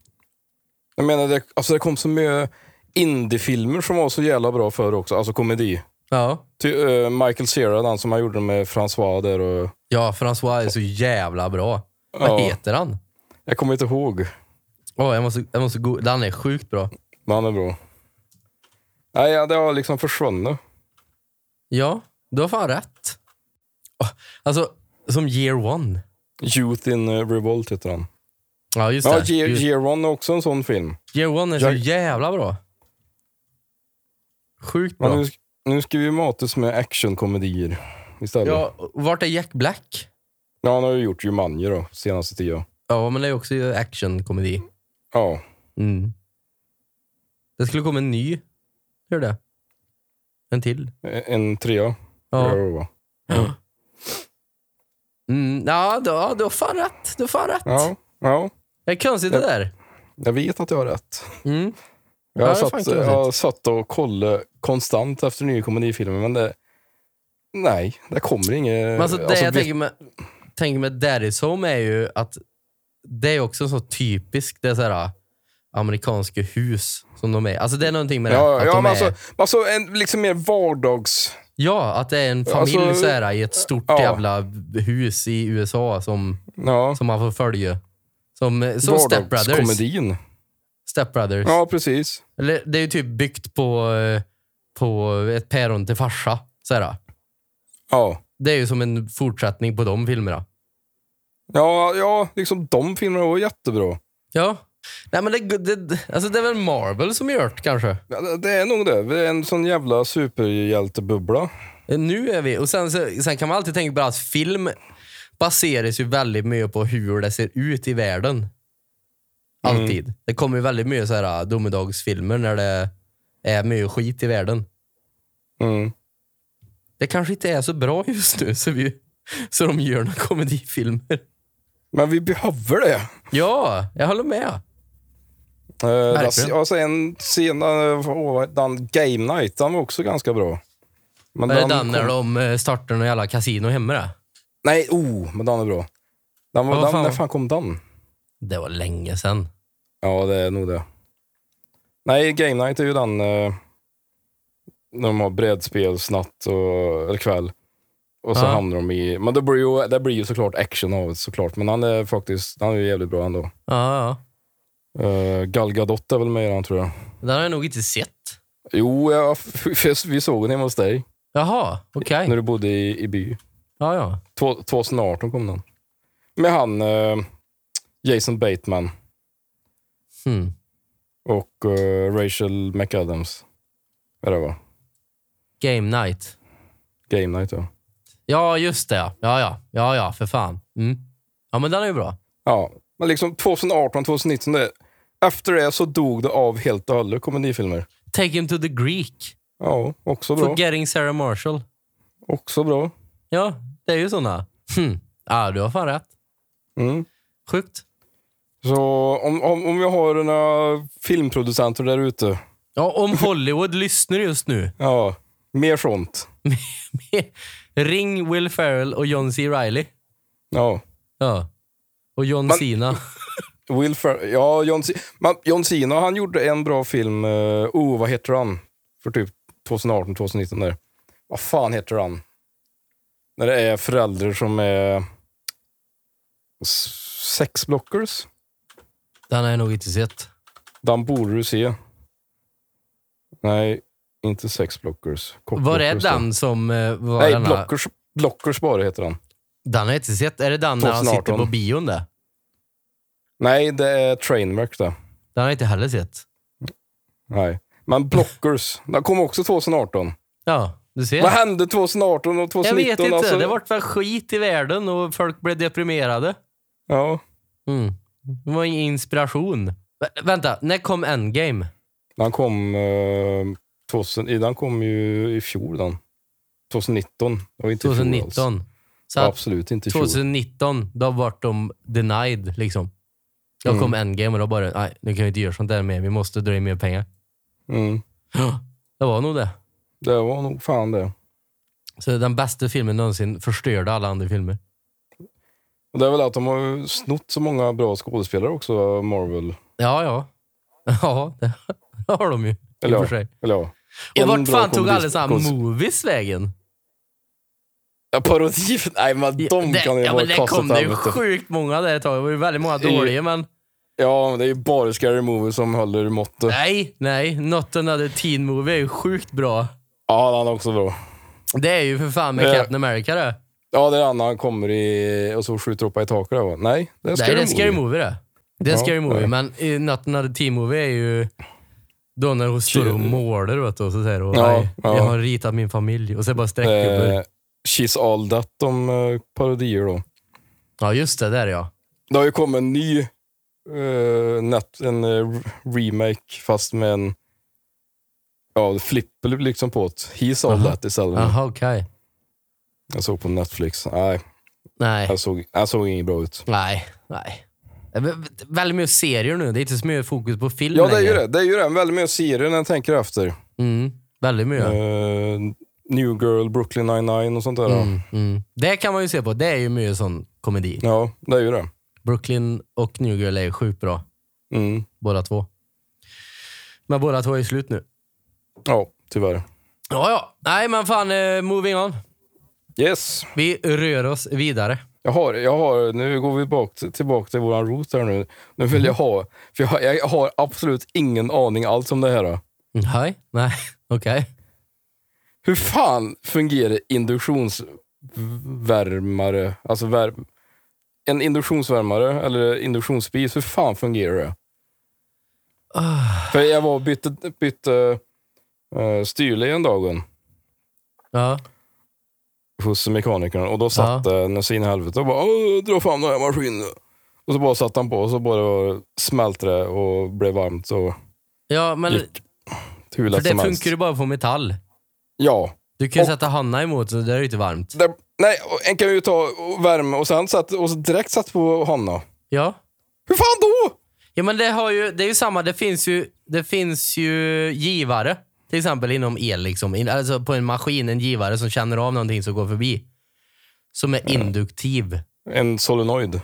Jag menar, det, alltså det kom så mycket indiefilmer som var så jävla bra förr också. Alltså komedi. Ja. Ty, eh, Michael Cera, den som han gjorde med Francois där och... Ja, François är så jävla bra. Vad Ja. heter han? Jag kommer inte ihåg. Åh, jag måste, jag måste gå. Han är sjukt bra. Men han är bra. Nej, ja, det har liksom försvunnit. Ja, du har fan rätt. Åh, Alltså, som year one. Youth in eh, Revolt heter han. Ja, just Ja, det. Year, Just- Year One är också en sån film. year one är så Jag- jävla bra. Sjukt Men bra. nu, sk- nu ska vi matas med actionkomedier istället. Ja. Ja, vart är Jack Black? han har ju gjort Jumanji då, senaste tio. Ja, men det är också ju actionkomedi. Ja. Mm. Det skulle komma en ny. Hur det? En till. En trea. Ja. Ja. Mm, ja, du, ja, du har fan rätt. Du har fan rätt. ja, ja. Det är konstigt det där. Jag vet att jag har rätt. Mm. Jag Ja, har, det är fan satt, kul. jag har satt och kollat konstant efter nya komedifilmer, men det... Nej, det kommer inget... Men alltså, det jag vi- tänker med, tänker med Daddy's Home är ju att det är också så typiskt. Det är så här, ah, amerikanska hus som de är. Alltså det är någonting med det. Ja, att ja de men är, alltså, alltså en, liksom mer vardags... ja, att det är en familj Alltså, så här, ah, i ett stort ja. jävla hus i USA som, Ja, som man får följa. Som, som Step Brothers. vardagskomedin. Step Brothers. Ja, precis. Eller, det är ju typ byggt på, eh, på ett päron till farsa. Så här. ah. Ja. Det är ju som en fortsättning på de filmerna. Ja, ja, liksom de filmerna var jättebra. Ja. Nej, men det, det, alltså det är väl Marvel som gjort det, kanske. Ja, det- Det är nog det. Vi är en sån jävla superhjältebubbla. Nu är vi... Och sen, så- sen kan man alltid tänka på att film baseras ju väldigt mycket på hur det ser ut i världen. Alltid. Det kommer ju väldigt mycket så här äh, domedagsfilmer när det är mycket skit i världen. Mm. Det kanske inte är så bra just nu, så, vi, så de gör några komedifilmer. Men vi behöver det. Ja, jag håller med. Eh, Verkligen. das- alltså en scen, eh, åh, vad- den Game Night, den var också ganska bra. Men Är det den när kom- de eh, startar några jävla kasino hemma? Där? Nej, oh, men den är bra. Den var, Ja, vad den, fan. När fan kom den? Det var länge sedan. Ja, det är nog det. Nej, Game Night är ju den eh, när de har brädspelsnatt och, eller kväll. Och så Ja. hamnar de i... Men det blir ju, det blir ju såklart action av det såklart. Men han är faktiskt han är ju jävligt bra ändå. Ja, ja. Uh, Gal Gadot är väl med i den tror jag. Den har jag nog inte sett. Jo, jag, vi såg den hemma hos dig Jaha, okej. när du bodde i, i by. Ja, ja. Två- 2018 kom den. Med han eh, Jason Bateman Hmm. och eh, Rachel McAdams. Är det va? Game night. Game Night ja. Ja, just det. Ja, ja, ja, ja för fan. Mm. Ja, men den är ju bra. Ja, men liksom 2018, 2019. Det, efter det så dog det av helt och hållet komedifilmer. Take him to the Greek. Ja, också bra. Forgetting Sarah Marshall. Också bra. Ja, det är ju såna. Hmm. Ja, du har fan rätt. Mm. Sjukt. Så om, om, om vi har några filmproducenter där ute, Ja, om Hollywood lyssnar just nu, ja, mer sånt. ring Will Ferrell och John C. Reilly. Ja. Ja. Och John Men- Cena. Will Fer- ja, John, C- man, John Cena han gjorde en bra film, eh, uh, oh vad heter han? För typ 2018, 2019 där. Vad fan heter han? När det är föräldrar som är s- sexblockers. Den har jag nog inte sett. Den borde du se. Nej, inte sexblockers. Var är Cockblockers då. den som eh, var Nej, denna? blockers, blockers bara heter den. Den har jag inte sett. Är det den när han sitter 2018? på bion där? Nej, det är Trainwreck det. Den har jag inte heller sett. Nej. Men Blockers, den kom också 2018. Ja, du ser. Vad hände 2018 och Jag 2019? vet inte. Alltså? Det vart väl skit i världen och folk blev deprimerade. Ja, Mm. Det var ingen inspiration. Vä- vänta, när kom Endgame? den kom, eh, 2000, i- den kom ju i fjol. Den. 2019. Det var inte i fjol alls. 2019. Så Det var att Absolut inte i fjol. 2019, då vart de denied liksom. Då Mm. kom Endgame och då bara, nej, nu kan vi inte göra sånt där mer. Vi måste dra in mer pengar. Mm. Det var nog det. Det var nog fan det. Så den bästa filmen någonsin förstörde alla andra filmer. Och det är väl att de har snott så många bra skådespelare också, Marvel. Ja, ja. Ja, det har de ju. I Eller och för ja. sig. Eller ja. Och En vart bra fan tog komedi- alla sådana skådis- movies vägen? Ja, parodi. Nej, men de det, kan ju ja, vara men det kastat kom det ju helvete. sjukt många där ett tag. Det var ju väldigt många Det är ju- dåliga, men Ja, men det är ju bara Scary Movie som håller måttet. nej, nej. Not another teen movie är ju sjukt bra. Ja, den är också bra. Det är ju för fan med Det- Captain America det. Ja, det är han när han kommer i, och så skjuter upp i taket. där, va? Nej, det är Nej, Scary det är Scary Movie. Movie det. Det är Ja, Scary Movie, nej. men i Not another teen movie är ju då när hon står och målar vet du, och så säger hon Ja, "Nej, ja. jag har ritat min familj och så är det bara streckgubbar. Eh, She's All That, de eh, parodier då. Ja, just det. Där ja. Det har ju kommit en ny eh, net, en eh, remake fast med en ja, flipper liksom på ett He's All Aha. That istället. Jaha, okej. Jag såg på Netflix. Nej, Nej. jag såg, jag såg inget bra ut. Nej. Nej. Det är vä- Väldigt mycket serier nu. Det är inte så mycket fokus på film Ja, det är ju längre. det. Det är ju det. Väldigt mycket serier när jag tänker efter. Mm, väldigt mycket. Eh, New Girl, Brooklyn 99 och sånt där. Mm, mm. Det kan man ju se på. Det är ju mycket sån komedi. Ja, det är ju det. Brooklyn och New Girl är ju sjukt bra, Mm. båda två. Men båda två är ju slut nu. Ja, tyvärr. Ja, ja. Nej, men fan, eh, moving on. Yes. Vi rör oss vidare. Jag har, jag har, nu går vi bak, tillbaka till våran root här nu. Nu vill jag ha, för jag har, jag har absolut ingen aning alls om det här. Nej, nej, okej. Hur fan fungerar induktionsvärmare? Alltså vär, en induktionsvärmare eller induktionsspis, hur fan fungerar det? För jag var och bytte, bytte uh, styrle en dagen Ja. hos mekanikern och då satt det ja. så in i helvete och bara "Åh, dra fram den här maskinen. Och så bara satte han på och så bara smälte det och blev varmt och ja, men gick hur för lätt det som funkar helst. ju bara på metall. Ja. Du kan ju Och- sätta Hanna emot, så det är ju inte varmt. Det, nej, och en kan ju ta och värme och sen satt, och så direkt satt på Hanna. Ja. Hur fan då? Ja, men det, har ju, det är ju samma. Det finns ju, det finns ju givare, till exempel inom el. Liksom. In, alltså på en maskin, en givare som känner av någonting som går förbi. Som är induktiv. En solenoid.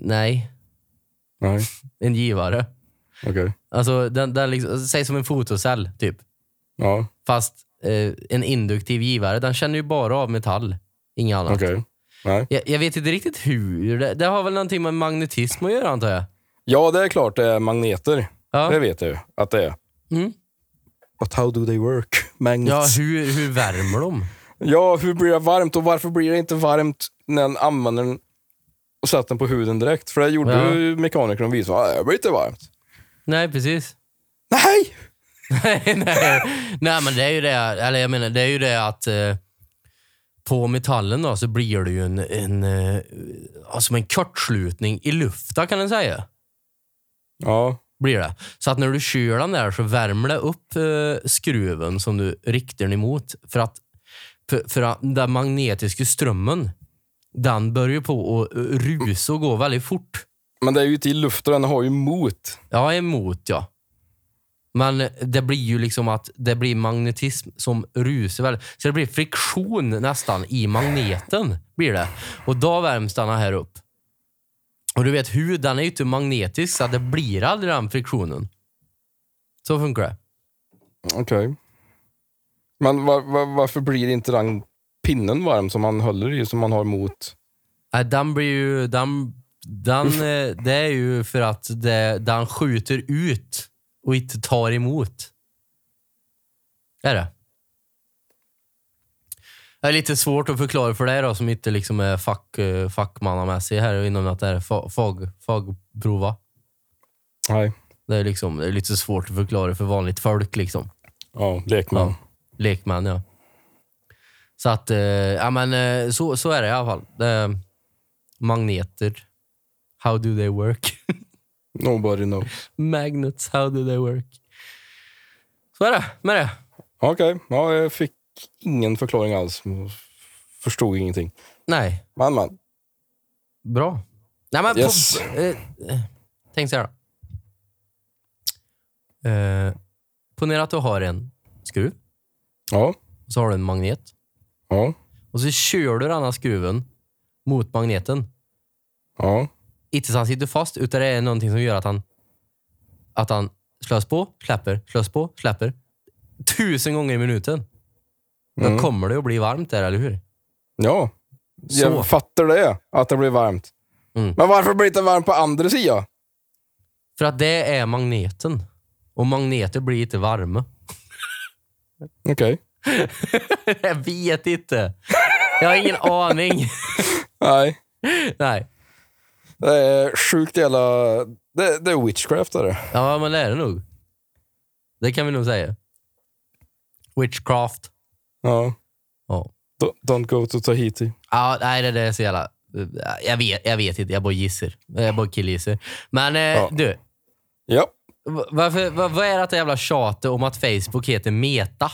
Nej, Nej, en givare. okej. Alltså, den, den liksom, alltså, säg som en fotocell, typ. Ja, Fast eh, en induktiv givare, den känner ju bara av metall. Inget annat. okej. Nej. Jag, jag vet inte riktigt hur. Det, det har väl någonting med magnetism att göra, antar jag. Ja, det är klart det är magneter. Det Ja, vet jag ju att det är. Mm. But how do they work? Magnets. ja hur, hur värmer de? Ja, hur blir det varmt och varför blir det inte varmt när man använder den och sätter den på huden direkt? För det gjorde Ja. ju mekanikern och visade att det blir inte varmt. Nej, precis. Nej! nej, nej. nej, men det är ju det, eller jag menar, det är ju det att eh, på metallen då, så blir det ju en, en, eh, ja, som en kortslutning i luften kan man säga. Ja, Blir det. Så att när du kör den där så värmer det upp eh, skruven som du riktar den emot. För att, för, för att den magnetiska strömmen, den börjar ju på att eh, rusa och gå väldigt fort. men det är ju inte i luften, den har ju mot. Ja, emot ja. Men det blir ju liksom att det blir magnetism som rusar väl. Så det blir friktion nästan i magneten. blir det. Och då värms den här upp. Och du vet huden är ju inte magnetisk så att det blir aldrig den friktionen. Så funkar det. Okej. Men var, var, varför blir inte den pinnen varm som man håller i, som man har mot... Nej, den blir ju... Den, den, eh, det är ju för att det, den skjuter ut och inte tar emot. Är det. Det är lite svårt att förklara för dig då, som inte liksom är fack, eh, fackmannamässig här inom att det här är fa- fag, fagprova. Nej. Det är, liksom, det är lite svårt att förklara för vanligt folk. Liksom. Ja, lekman. Ja. Lekmän, ja. Så att, eh, ja men eh, så, så är det i alla fall. Det, magneter. How do they work? Nobody knows. Magnets, how do they work? Så är det med det. Okej, ja, jag fick ingen förklaring alls. Förstod ingenting. Nej, Man, man. bra. Nej, men Yes. på, eh, eh, tänk så här då. Eh, ponera att du har en skruv Ja, och så har du en magnet. ja, Och så kör du den här skruven mot magneten. ja. inte så han sitter fast, utan det är någonting som gör att han, att han slös på, släpper, slös på, släpper. Tusen gånger i minuten. Då Mm. kommer det att bli varmt där, eller hur? Ja, jag Så. fattar det. Att det blir varmt. Mm. Men varför blir det inte varmt på andra sidan? För att det är magneten. Och magneter blir inte varma. Okej. Jag vet inte. Jag har ingen aning. Nej, Nej. det är sjukt jävla... Det, det är witchcraft är det. Ja, men det är det nog. Det kan vi nog säga. Witchcraft. Ja. Ja. Don't, don't go to Tahiti. Ja, nej, det där är så jävla... Jag vet, jag vet inte, jag bara gissar. Jag bara killgissar. Men eh, Ja. du, Ja. v- varför, vad, vad är det här jävla tjatet om att Facebook heter Meta?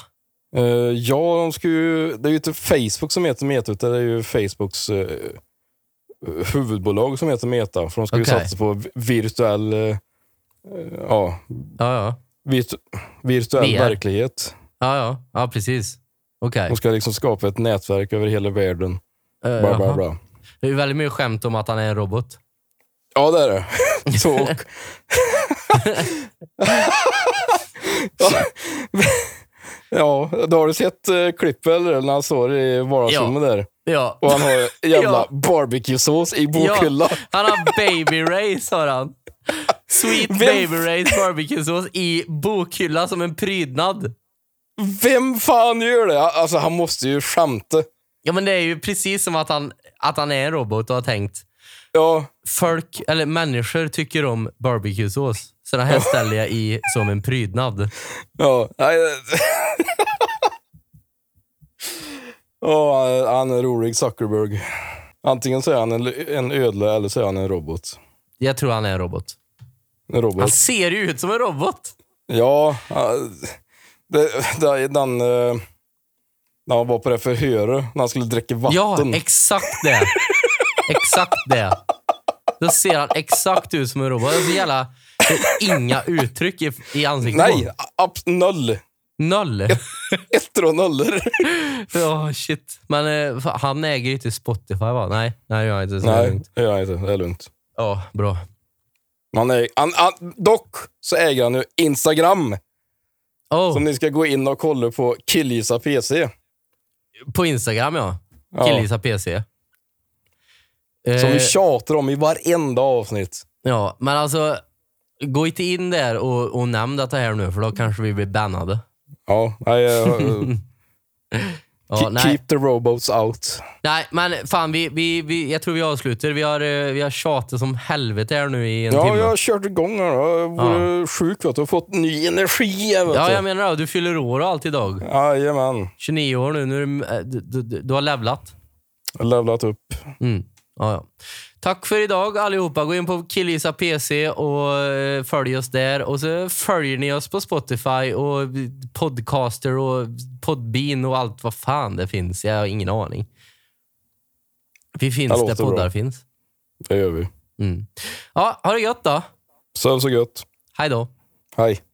Eh, ja, de ska ju, det är ju inte Facebook som heter Meta, utan det är ju Facebooks eh, huvudbolag som heter Meta. För de ska ju Okej. satsa på vi- virtuell, eh, eh, ja, Ja, ja. virtu, virtuell VR. verklighet. Ja, ja. ja precis. Okej. De ska liksom skapa ett nätverk över hela världen. Eh, Bra, bra, jaha. bra. Det är ju väldigt mycket skämt om att han är en robot. Ja, det är det. Så och... ja, då har du sett eh, klippet eller när han står i vardagsrummet där? Ja. Och han har jävla Ja. barbecuesås i bokhyllan. ja. Han har baby race, har han. Sweet baby race barbecuesås i bokhylla som en prydnad. Vem fan gör det? Alltså, han måste ju skämta. Ja, men det är ju precis som att han, att han är en robot och har tänkt Ja, folk, eller människor tycker om barbecuesås. Så den här ställer jag i som en prydnad. ja. nej, det- Ja, han- han är rolig, Zuckerberg. Antingen så är han en, en ödla eller så är han en robot. Jag tror han är en robot. En robot. Han ser ju ut som en robot. Ja, eh, det, det, den, eh, när han var på det förhöret, när han skulle dricka vatten. Ja, exakt det. Exakt det. Då ser han exakt ut som en robot. Det är så jävla... det är Inga uttryck i, i ansiktet på Nej, honom. abs- noll. Noll. Ettor och nollor. Ja, shit. Men eh, fan, han äger inte Spotify, va? Nej, nej, jag inte. Så det är Nej, lugnt. det gör han inte. Det är lugnt. Ja, bra. Man är, han, han, dock så äger han nu Instagram, Oh, som ni ska gå in och kolla på Killgissa PC. På Instagram, ja. Ja. Killgissa PC. Som vi Eh, tjatar om i varenda avsnitt. Ja, men alltså, gå inte in där och, och nämn detta här nu, för då kanske vi blir bannade. Ja, nej, eh, Ja, keep nej, the robots out. nej, men fan, vi, vi, vi, jag tror vi avslutar. Vi har, eh, vi har tjatat som helvete här nu i en Ja, timme. jag har kört igång här. då. Jag vore sjuk vet du, och fått ny energi. Vet du. Ja, jag menar det. Du fyller år och allt idag. Jajamän. 29 år nu. nu är du, eh, du, du, du har levlat. Levlat upp. Mm. Ja, ja. Tack för idag allihopa. Gå in på Killisa PC och eh, följ oss där. Och så följer ni oss på Spotify och podcaster och Podbean och allt vad fan det finns. Jag har ingen aning. Vi Det finns låter där poddar bra. finns. Det gör vi. Mm. Ja, ha det gött då. Sov så gött. Hej då. Hej.